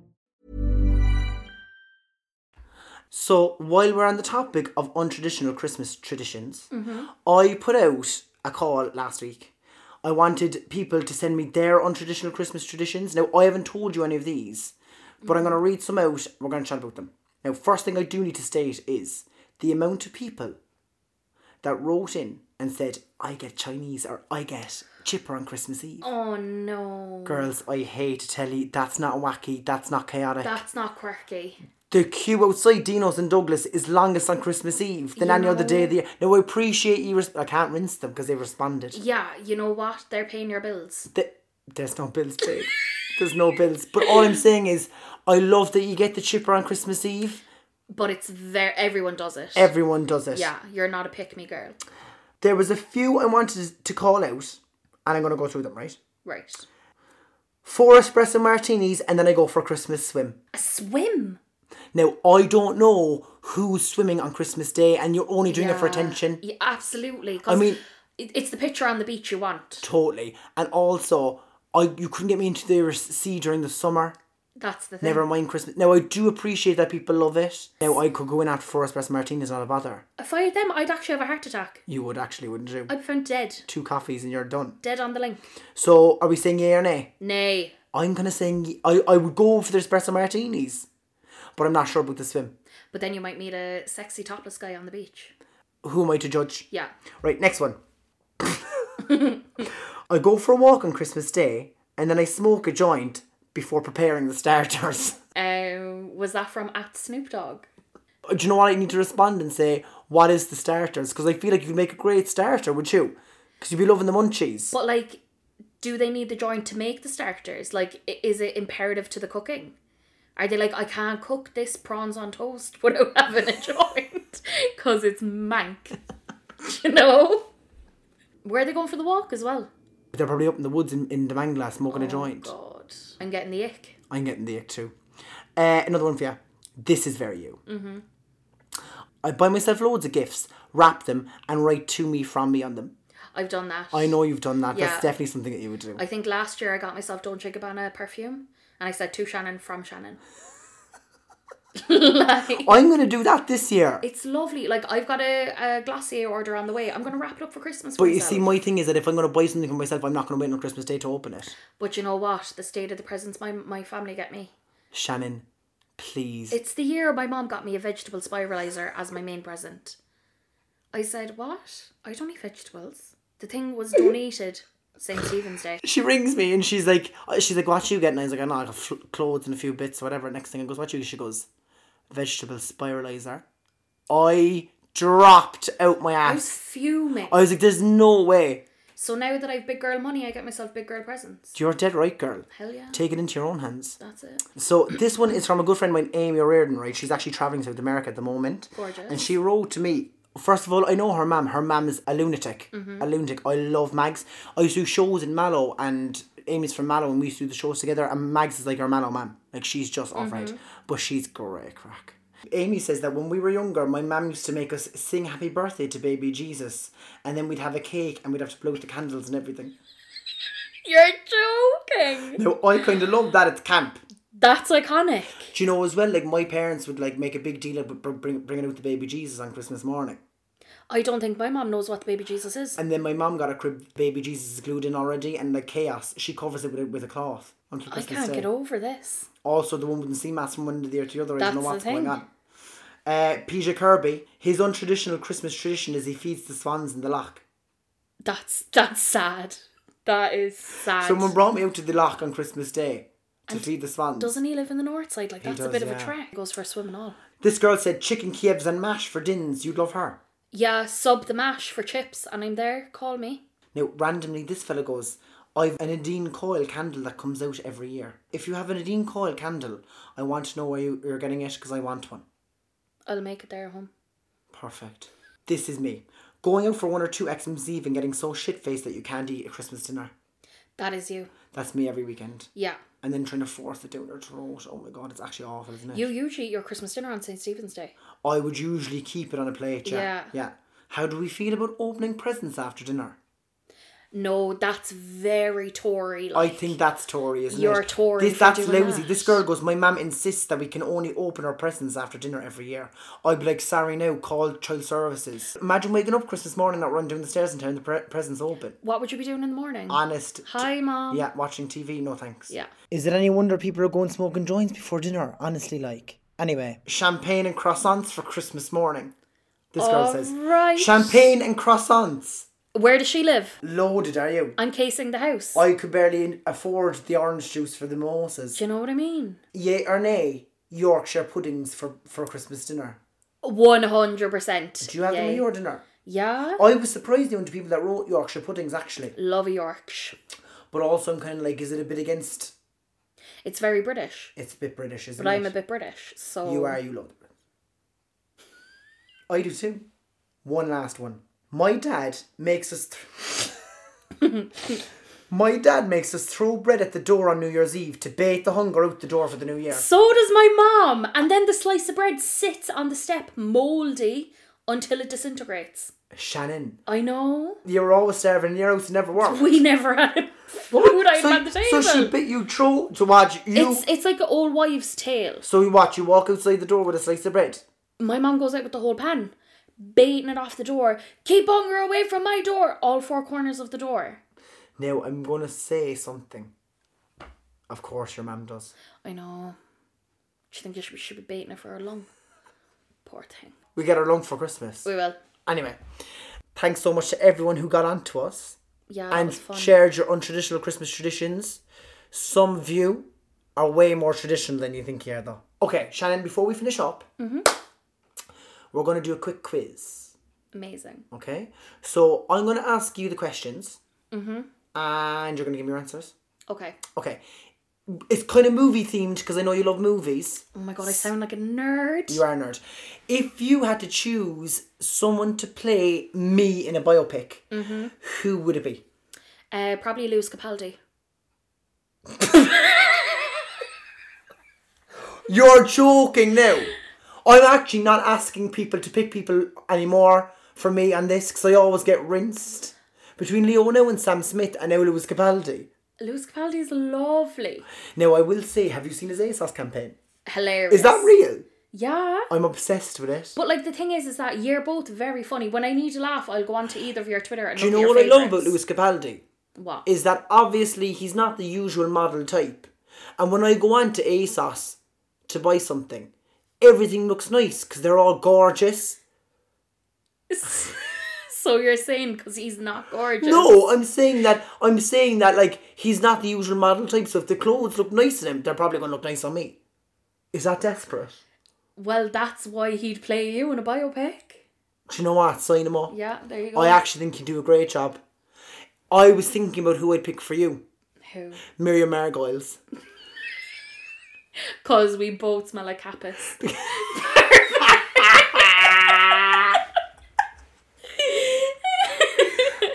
Speaker 1: So while we're on the topic of untraditional Christmas traditions, I put out a call last week. I wanted people to send me their untraditional Christmas traditions. Now I haven't told you any of these, but I'm going to read some out. and We're going to chat about them. Now, first thing I do need to state is the amount of people that wrote in and said, "I get Chinese" or "I get chipper on Christmas Eve."
Speaker 2: Oh no.
Speaker 1: Girls, I hate to tell you, that's not wacky. That's not chaotic.
Speaker 2: That's not quirky.
Speaker 1: The queue outside Dino's and Douglas is longest on Christmas Eve than any other day of the year. Now, I appreciate you. Res- I can't rinse them because they responded.
Speaker 2: Yeah, you know what? They're paying your bills.
Speaker 1: Th- there's no bills paid. there's no bills. But all I'm saying is, I love that you get the chipper on Christmas Eve.
Speaker 2: But it's very everyone does it.
Speaker 1: Everyone does it.
Speaker 2: yeah, you're not a pick me girl.
Speaker 1: There was a few I wanted to call out, and I'm going to go through them, right?
Speaker 2: Right.
Speaker 1: Four espresso martinis, and then I go for a Christmas swim.
Speaker 2: A swim.
Speaker 1: Now, I don't know who's swimming on Christmas Day, and you're only doing it for attention.
Speaker 2: Yeah, absolutely.
Speaker 1: I
Speaker 2: I
Speaker 1: mean-
Speaker 2: mean, it, it's the picture on the beach you want.
Speaker 1: Totally. And also, I you couldn't get me into the r- sea during the summer.
Speaker 2: That's the thing.
Speaker 1: Never mind Christmas. Now I do appreciate that people love it. Now I could go in after four espresso martinis, not a bother.
Speaker 2: If I had them, I'd actually have a heart attack.
Speaker 1: You would actually, wouldn't you?
Speaker 2: I'd be found dead.
Speaker 1: Two coffees and you're done.
Speaker 2: Dead on the link.
Speaker 1: So are we saying yay or nay?
Speaker 2: Nay.
Speaker 1: I'm gonna say ye- I I would go for the espresso martinis, but I'm not sure about the swim.
Speaker 2: But then you might meet a sexy topless guy on the beach.
Speaker 1: Who am I to judge?
Speaker 2: Yeah.
Speaker 1: Right, next one. I go for a walk on Christmas Day and then I smoke a joint before preparing the starters.
Speaker 2: Um, was that from at Snoop Dogg?
Speaker 1: do you know what? I need to respond and say, what is the starters? Because I feel like you'd make a great starter, would you? Because you'd be loving the munchies.
Speaker 2: But like, do they need the joint to make the starters? Like, i- is it imperative to the cooking? Are they like, I can't cook this prawns on toast without having a joint because it's mank. you know. Where are they going for the walk as well?
Speaker 1: They're probably up in the woods in, in the Mangla smoking a joint.
Speaker 2: Oh, God, I'm getting the ick.
Speaker 1: I'm getting the ick too. Uh, another one for you. This is very you. Mm-hmm. I buy myself loads of gifts, wrap them, and write to me from me on them.
Speaker 2: I've done that.
Speaker 1: I know you've done that.
Speaker 2: Yeah.
Speaker 1: That's definitely something that you would do.
Speaker 2: I think last year I got myself Dolce Gabbana perfume, and I said to Shannon from Shannon. like,
Speaker 1: I'm going to do that this year.
Speaker 2: it's lovely. Like I've got a, a Glossier order on the way. I'm gonna wrap it up for Christmas. For
Speaker 1: but you
Speaker 2: myself.
Speaker 1: see, my thing is that if I'm going to buy something for myself, I'm not going to wait until Christmas Day to open it.
Speaker 2: But you know what? The state of the presents my my family get me.
Speaker 1: Shannon, please.
Speaker 2: It's the year my mom got me a vegetable spiralizer as my main present. I said, "What? I don't eat vegetables." The thing was donated St Stephen's Day.
Speaker 1: she rings me and she's like, uh, she's like, what you get? And I was like, I know, I got fl- clothes and a few bits, whatever. Next thing I goes, what you? get?" She goes, vegetable spiralizer. I dropped out my
Speaker 2: I was
Speaker 1: ass.
Speaker 2: fuming.
Speaker 1: I was like, there's no way.
Speaker 2: So now that I've big girl money, I get myself big girl presents.
Speaker 1: You're dead right, girl.
Speaker 2: Hell yeah.
Speaker 1: Take it into your own hands.
Speaker 2: That's it.
Speaker 1: So this one is from a good friend of mine, Amy O'Riordan, right? She's actually travelling South America at the moment.
Speaker 2: Gorgeous.
Speaker 1: And she wrote to me. First of all, I know her mum. Her mum is a lunatic. A lunatic. I love Mags. I used to do shows in Mallow and Amy's from Mallow and we used to do the shows together and Mags is like our Mallow mum. Like she's just off right. But she's great crack. Amy says that when we were younger, my mum used to make us sing happy birthday to baby Jesus and then we'd have a cake and we'd have to blow out the candles and everything.
Speaker 2: You're joking.
Speaker 1: Now I kinda love that at camp.
Speaker 2: That's iconic.
Speaker 1: Do you know as well? Like my parents would like make a big deal about br- bring, bringing out the baby Jesus on Christmas morning,
Speaker 2: I don't think my mom knows what the baby Jesus is.
Speaker 1: and then my mom got a crib baby Jesus is glued in already, and like chaos, she covers it with a, with a cloth until
Speaker 2: I
Speaker 1: Christmas
Speaker 2: can't
Speaker 1: Day.
Speaker 2: get over this.
Speaker 1: Also, the one wouldn't see mass from one end of the year to the other. I don't know
Speaker 2: That's
Speaker 1: what's
Speaker 2: the
Speaker 1: going
Speaker 2: thing.
Speaker 1: on. Uh, Peter Kirby, his untraditional Christmas tradition is he feeds the swans in the loch.
Speaker 2: That's that's sad. That is sad.
Speaker 1: Someone brought me out to the loch on Christmas Day to feed the swans.
Speaker 2: Doesn't he live in the north side? Like
Speaker 1: He
Speaker 2: that's
Speaker 1: does,
Speaker 2: a bit of
Speaker 1: yeah.
Speaker 2: a trek. Goes for a swim and all.
Speaker 1: This girl said chicken Kievs and mash for dins. You'd love her.
Speaker 2: Yeah, sub the mash for chips, and I'm there. Call me.
Speaker 1: Now, randomly, this fella goes, I've an Nadine Coyle candle that comes out every year. If you have an Nadine Coyle candle, I want to know where you, you're getting it because I want one.
Speaker 2: I'll make it there at home.
Speaker 1: Perfect. This is me. Going out for one or two Xmas Eve and getting so shit faced that you can't eat a Christmas dinner.
Speaker 2: That is you.
Speaker 1: That's me every weekend.
Speaker 2: Yeah.
Speaker 1: And then trying to force it down their throat. Oh my god, it's actually awful, isn't it?
Speaker 2: You usually eat your Christmas dinner on St. Stephen's Day.
Speaker 1: I would usually keep it on a plate, yeah.
Speaker 2: Yeah.
Speaker 1: How do we feel about opening presents after dinner?
Speaker 2: No, that's very Tory.
Speaker 1: I
Speaker 2: Like.
Speaker 1: think that's Tory, isn't it?
Speaker 2: You're Tory
Speaker 1: This,
Speaker 2: for
Speaker 1: that's
Speaker 2: doing
Speaker 1: lousy.
Speaker 2: that.
Speaker 1: This girl goes, My mum insists that we can only open our presents after dinner every year. I'd be like, Sorry now, call child services. Imagine waking up Christmas morning, not running down the stairs and having the pre- presents open.
Speaker 2: What would you be doing in the morning?
Speaker 1: Honest.
Speaker 2: Mm. Hi, mom.
Speaker 1: Yeah, watching TV, no thanks.
Speaker 2: Yeah.
Speaker 5: Is it any wonder people are going smoking joints before dinner? Honestly, like. Anyway.
Speaker 1: Champagne and croissants for Christmas morning. This girl says.
Speaker 2: Alright.
Speaker 1: Champagne and croissants.
Speaker 2: Where does she live?
Speaker 1: Loaded, are you?
Speaker 2: I'm casing the house.
Speaker 1: I could barely afford the orange juice for the mimosas.
Speaker 2: Do you know what I mean?
Speaker 1: Yay or nay, Yorkshire puddings for, for Christmas dinner.
Speaker 2: One hundred percent.
Speaker 1: Do you have them at your dinner?
Speaker 2: Yeah.
Speaker 1: I was surprised the only people that wrote Yorkshire puddings actually.
Speaker 2: Love a Yorkshire.
Speaker 1: But also I'm kind of like, is it a bit against?
Speaker 2: It's very British,
Speaker 1: It's a bit British, isn't
Speaker 2: but
Speaker 1: it?
Speaker 2: I'm a bit British, so
Speaker 1: You are, you love it. I do too. One last one. My dad makes us. th- My dad makes us throw bread at the door on New Year's Eve to bait the hunger out the door for the new year.
Speaker 2: So does my mom. And then the slice of bread sits on the step, moldy, until it disintegrates.
Speaker 1: Shannon,
Speaker 2: I know.
Speaker 1: you were always starving and your house never worked.
Speaker 2: We never had food item on the
Speaker 1: Oh. So
Speaker 2: table.
Speaker 1: she bit you throw to watch you.
Speaker 2: It's it's like an old wives' tale.
Speaker 1: so you watch you walk outside the door with a slice of bread.
Speaker 2: My mom goes out with the whole pan, baiting it off the door. Keep hunger away from my door. All four corners of the door.
Speaker 1: Now I'm gonna say something. Of course, your mum does.
Speaker 2: I know. Do you think you should be, should be baiting it for her lung? Poor thing.
Speaker 1: We get our lunch for Christmas.
Speaker 2: We will.
Speaker 1: Anyway, thanks so much to everyone who got on to us
Speaker 2: Yeah, that
Speaker 1: and
Speaker 2: was fun.
Speaker 1: shared your untraditional Christmas traditions. Some of you are way more traditional than you think you are, though. Okay, Shannon, before we finish up,
Speaker 2: Mm-hmm.
Speaker 1: we're going to do a quick quiz,
Speaker 2: Amazing.
Speaker 1: okay? So I'm going to ask you the questions and you're going to give me your answers.
Speaker 2: Okay.
Speaker 1: Okay. It's kind of movie themed because I know you love movies.
Speaker 2: Oh my god, I sound like a nerd.
Speaker 1: You are a nerd. If you had to choose someone to play me in a biopic, who would it be?
Speaker 2: Uh, probably Lewis Capaldi.
Speaker 1: You're joking now. I'm actually not asking people to pick people anymore for me on this because I always get rinsed between Leono and Sam Smith and now Lewis Capaldi.
Speaker 2: Lewis Capaldi is lovely.
Speaker 1: Now I will say, have you seen his ASOS campaign?
Speaker 2: Hilarious.
Speaker 1: Is that real?
Speaker 2: Yeah.
Speaker 1: I'm obsessed with it.
Speaker 2: But like the thing is, is that you're both very funny. When I need to laugh, I'll go on to either of your Twitter. And
Speaker 1: Do you
Speaker 2: look
Speaker 1: know
Speaker 2: at
Speaker 1: what I
Speaker 2: your
Speaker 1: love about Lewis
Speaker 2: favourites.
Speaker 1: Capaldi?
Speaker 2: What?
Speaker 1: is that obviously he's not the usual model type. And when I go on to ASOS to buy something, everything looks nice because they're all gorgeous.
Speaker 2: so you're saying because he's not gorgeous?
Speaker 1: No, I'm saying that I'm saying that like he's not the usual model type. So if the clothes look nice on him, they're probably gonna look nice on me. Is that desperate?
Speaker 2: Well, that's why he'd play you in a biopic.
Speaker 1: Do you know what? Sign him up.
Speaker 2: Yeah, there you go.
Speaker 1: I actually think you do a great job. I was thinking about who I'd pick for you,
Speaker 2: Who?
Speaker 1: Miriam Argyles.
Speaker 2: Because we both smell like happiness.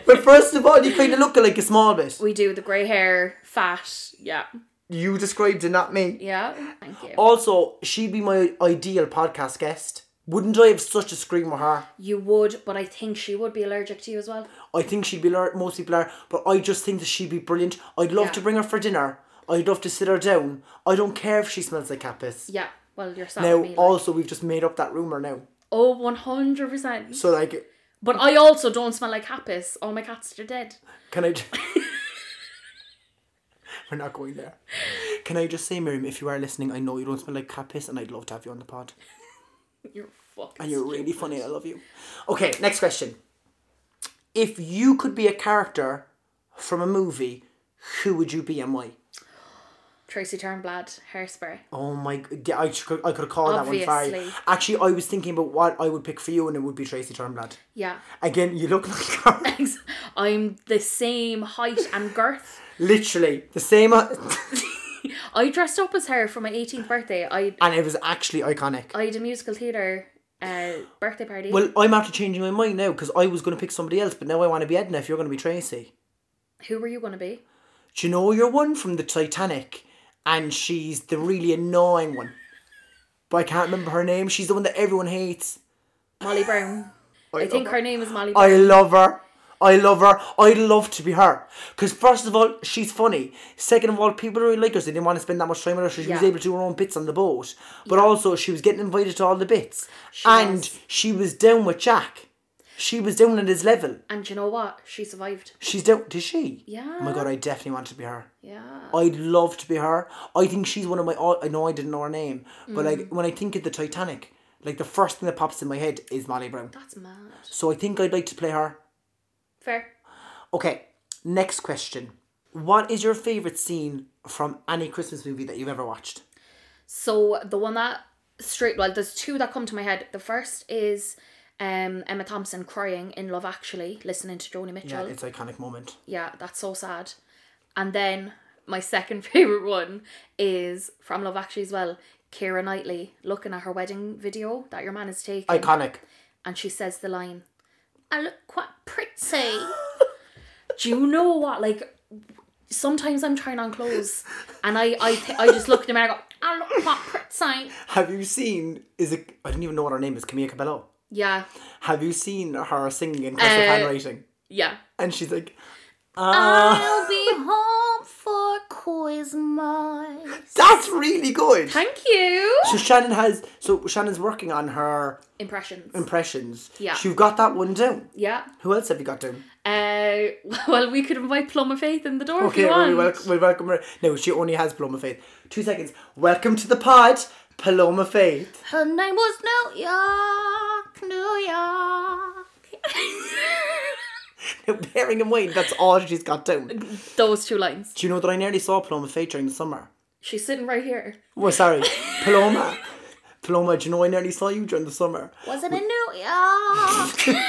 Speaker 1: But first of all, you kind of look like a small bit.
Speaker 2: we do the grey hair, fat. Yeah,
Speaker 1: You described it, not me.
Speaker 2: yeah. Thank you.
Speaker 1: Also, she'd be my ideal podcast guest. Wouldn't I have such a scream with her?
Speaker 2: You would, but I think she would be allergic to you as well.
Speaker 1: I think she'd be lear- most people are, but I just think that she'd be brilliant. I'd love
Speaker 2: Yeah.
Speaker 1: to bring her for dinner. I'd love to sit her down. I don't care if she smells like cat piss.
Speaker 2: Yeah. Well, you're sad.
Speaker 1: now,
Speaker 2: me, like.
Speaker 1: also, we've just made up that rumor now.
Speaker 2: Oh, 100%.
Speaker 1: So, like,
Speaker 2: But I also don't smell like happiness. All my cats are dead.
Speaker 1: can I? J- We're not going there. Can I just say, Miriam, if you are listening, I know you don't smell like cat piss, and I'd love to have you on the pod.
Speaker 2: You're fucking.
Speaker 1: And you're really funny. I love you. Okay, next question. If you could be a character from a movie, who would you be and why?
Speaker 2: Tracy Turnblad, hairspray.
Speaker 1: Oh my! g- Yeah, I could I could have called that one for you.
Speaker 2: Obviously.
Speaker 1: Actually, I was thinking about what I would pick for you, and it would be Tracy Turnblad.
Speaker 2: Yeah.
Speaker 1: Again, you look like her.
Speaker 2: I'm the same height and girth.
Speaker 1: Literally the same, uh,
Speaker 2: I dressed up as her for my 18th birthday. I
Speaker 1: and it was actually iconic.
Speaker 2: I had a musical theatre uh, birthday party.
Speaker 1: Well, I'm after changing my mind now because I was going to pick somebody else, but now I want to be Edna if you're going to be Tracy.
Speaker 2: Who were you going to be?
Speaker 1: Do you know your one from the Titanic? And she's the really annoying one. But I can't remember her name. She's the one that everyone hates.
Speaker 2: Molly Brown. I, think her name is Molly Brown.
Speaker 1: I love her. I love her. I'd love to be her. Because, first of all, she's funny. Second of all, people really like her, so they didn't want to spend that much time with her, so she was
Speaker 2: Yeah.
Speaker 1: able to do her own bits on the boat. But also, she was getting invited to all the bits. and
Speaker 2: was.
Speaker 1: she was down with Jack. She was down at his level.
Speaker 2: and you know what? She survived.
Speaker 1: She's down. Did she?
Speaker 2: Yeah.
Speaker 1: Oh my god, I definitely want to be her.
Speaker 2: Yeah.
Speaker 1: I'd love to be her. I think she's one of my. All, I know I didn't know her name, but
Speaker 2: Mm.
Speaker 1: like when I think of the Titanic, like the first thing that pops in my head is Molly Brown.
Speaker 2: That's mad.
Speaker 1: So I think I'd like to play her.
Speaker 2: Fair.
Speaker 1: Okay, next question. What is your favorite scene from any Christmas movie that you've ever watched?
Speaker 2: So the one that straight well, there's two that come to my head. The first is um Emma Thompson crying in Love Actually, listening to Joni Mitchell.
Speaker 1: Yeah, it's iconic moment.
Speaker 2: yeah, that's so sad. And then my second favorite one is from Love Actually as well. Kira Knightley looking at her wedding video that your man is taking,
Speaker 1: Iconic.
Speaker 2: and she says the line, "I look quite pretty." Do you know what? Like sometimes I'm trying on clothes, and I I th- I just look at the mirror, and I go, "I look quite pretty."
Speaker 1: Have you seen? Is it? I don't even know what her name is. Camilla Cabello.
Speaker 2: Yeah,
Speaker 1: Have you seen her singing in Christmas
Speaker 2: Uh,
Speaker 1: handwriting?
Speaker 2: yeah.
Speaker 1: And she's like, Uh.
Speaker 2: I'll be home for Christmas.
Speaker 1: "That's really good."
Speaker 2: Thank you.
Speaker 1: So Shannon has. So Shannon's working on her
Speaker 2: Impressions.
Speaker 1: impressions.
Speaker 2: Yeah.
Speaker 1: So you've got that one down.
Speaker 2: yeah.
Speaker 1: Who else have you got down?
Speaker 2: Uh, well, we could invite Plum of Faith in the door if
Speaker 1: Okay,
Speaker 2: you
Speaker 1: well, we
Speaker 2: want.
Speaker 1: welcome, we welcome her. No, she only has Paloma Faith. Two seconds. Welcome to the pod, Paloma Faith.
Speaker 2: Her name was New York, New York.
Speaker 1: Bearing in mind, that's all she's got down. Do
Speaker 2: Those two lines.
Speaker 1: you know that I nearly saw Paloma Faith during the summer?
Speaker 2: She's sitting right here.
Speaker 1: Well, sorry, Paloma. Paloma, do you know I nearly saw you during the summer?
Speaker 2: Was it in New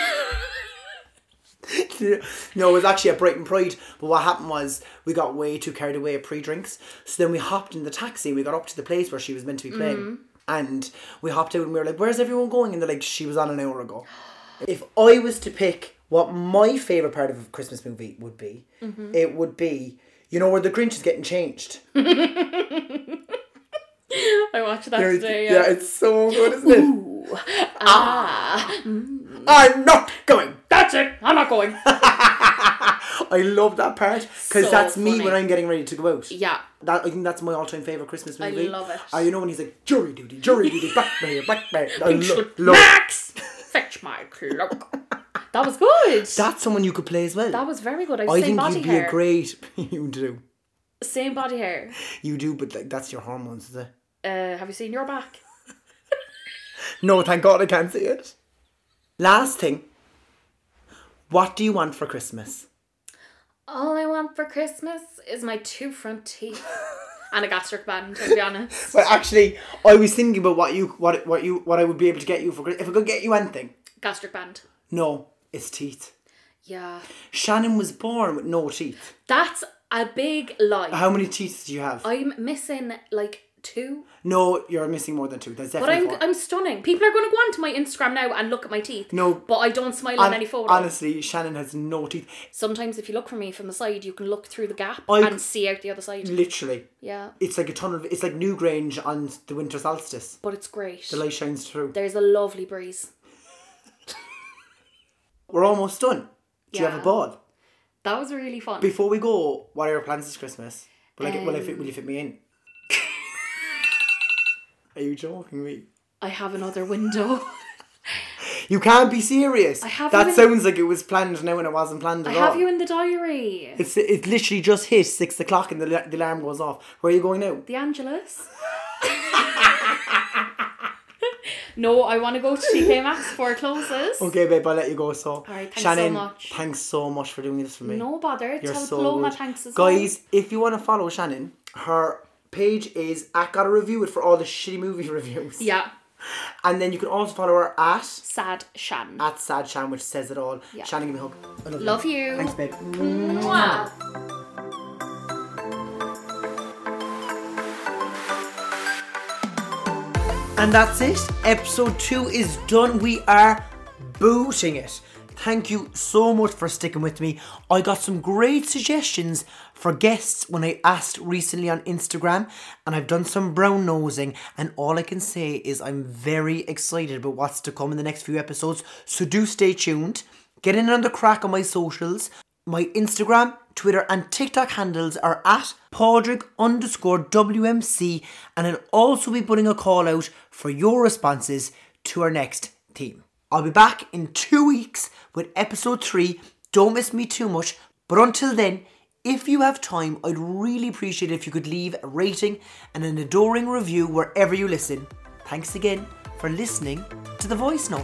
Speaker 2: York?
Speaker 1: no, it was actually at Brighton Pride. But what happened was we got way too carried away at pre-drinks. So then we hopped in the taxi. We got up to the place where she was meant to be playing,
Speaker 2: Mm.
Speaker 1: and we hopped out and we were like, "Where's everyone going?" And they're like, "She was on an hour ago." if I was to pick what my favorite part of a Christmas movie would be,
Speaker 2: Mm-hmm.
Speaker 1: it would be you know where the Grinch is getting changed.
Speaker 2: I watched that
Speaker 1: There is-
Speaker 2: today.
Speaker 1: yeah,
Speaker 2: Yeah.
Speaker 1: it's so good, isn't it? ah, I'm not going.
Speaker 2: That's it. I'm not going.
Speaker 1: I love that part because
Speaker 2: So
Speaker 1: that's me
Speaker 2: funny.
Speaker 1: when I'm getting ready to go out.
Speaker 2: yeah.
Speaker 1: That I think that's my all-time favorite Christmas
Speaker 2: I
Speaker 1: movie.
Speaker 2: love it.
Speaker 1: Uh, you know when he's like jury duty, jury duty, blackmail, blackmail. I lo-
Speaker 2: Look,
Speaker 1: love.
Speaker 2: Max, fetch my cloak. That was good. That,
Speaker 1: That's someone you could play as well.
Speaker 2: was very good. I,
Speaker 1: I
Speaker 2: same
Speaker 1: think
Speaker 2: body
Speaker 1: you'd be
Speaker 2: hair.
Speaker 1: a great. you do,
Speaker 2: Same body hair.
Speaker 1: you do, but like that's your hormones, is it?
Speaker 2: Uh, have you seen your back?
Speaker 1: No, thank God I can't see it. Last thing. What do you want for Christmas?
Speaker 2: All I want for Christmas is my two front teeth and a gastric band. To be honest,
Speaker 1: Well, actually, I was thinking about what you, what, what you, what I would be able to get you for Christmas if I could get you anything.
Speaker 2: gastric band.
Speaker 1: No, it's teeth.
Speaker 2: Yeah,
Speaker 1: Shannon was born with no teeth.
Speaker 2: that's a big lie.
Speaker 1: How many teeth do you have?
Speaker 2: I'm missing like two,
Speaker 1: No, you're missing more than two. That's
Speaker 2: but
Speaker 1: definitely
Speaker 2: I'm
Speaker 1: four.
Speaker 2: I'm stunning. People are going to go onto my Instagram now and look at my teeth.
Speaker 1: No.
Speaker 2: but I don't smile on
Speaker 1: Hon-
Speaker 2: any photo.
Speaker 1: Honestly, Shannon has no teeth.
Speaker 2: Sometimes if you look for me from the side, you can look through the gap
Speaker 1: I-
Speaker 2: and see out the other side.
Speaker 1: Literally,
Speaker 2: yeah,
Speaker 1: it's like a tunnel. It's like Newgrange on the winter solstice.
Speaker 2: but it's great.
Speaker 1: The light shines through.
Speaker 2: There's a lovely breeze.
Speaker 1: We're almost done. Do you have
Speaker 2: Yeah.
Speaker 1: a ball?
Speaker 2: That was really fun.
Speaker 1: Before we go, what are your plans this Christmas? Will I get, will, I
Speaker 2: Um,
Speaker 1: fit, will you fit me in? are you joking me?
Speaker 2: I have another window.
Speaker 1: You can't be serious.
Speaker 2: I have
Speaker 1: that
Speaker 2: you in-
Speaker 1: sounds like it was planned now and it wasn't planned
Speaker 2: I
Speaker 1: at
Speaker 2: have
Speaker 1: all.
Speaker 2: you in the diary.
Speaker 1: it's, it literally just hit six o'clock and the, la- the alarm goes off. Where are you going now?
Speaker 2: The Angelus. no, I want to go to TK Maxx before it closes.
Speaker 1: Okay, babe, I'll let you go. So,
Speaker 2: right, thanks so
Speaker 1: Shannon,
Speaker 2: much.
Speaker 1: thanks so much for doing this for me.
Speaker 2: No bother.
Speaker 1: You're
Speaker 2: Tell
Speaker 1: so
Speaker 2: Paloma
Speaker 1: good.
Speaker 2: thanks as
Speaker 1: Guys, if you want to follow Shannon, her page is at Gotta Review It for all the shitty movie reviews.
Speaker 2: well. Yeah.
Speaker 1: And then you can also follow her at
Speaker 2: Sad Shan.
Speaker 1: at Sad Shan, which says it all. Shannon, give me a hug. I
Speaker 2: Love you.
Speaker 1: Thanks, babe.
Speaker 2: Mwah.
Speaker 5: And that's it. Episode two is done. We are booting it.
Speaker 1: Thank you so much for sticking with me. I got some great suggestions for guests when I asked recently on Instagram, and I've done some brown nosing. And all I can say is I'm very excited about what's to come in the next few episodes. So do stay tuned. Get in on the crack on my socials. My Instagram, Twitter, and TikTok handles are at Podrick underscore WMC, and I'll also be putting a call out for your responses to our next theme. I'll be back in two weeks with episode three. Don't miss me too much. But until then, if you have time, I'd really appreciate it if you could leave a rating and an adoring review wherever you listen. Thanks again for listening to The Voice Note.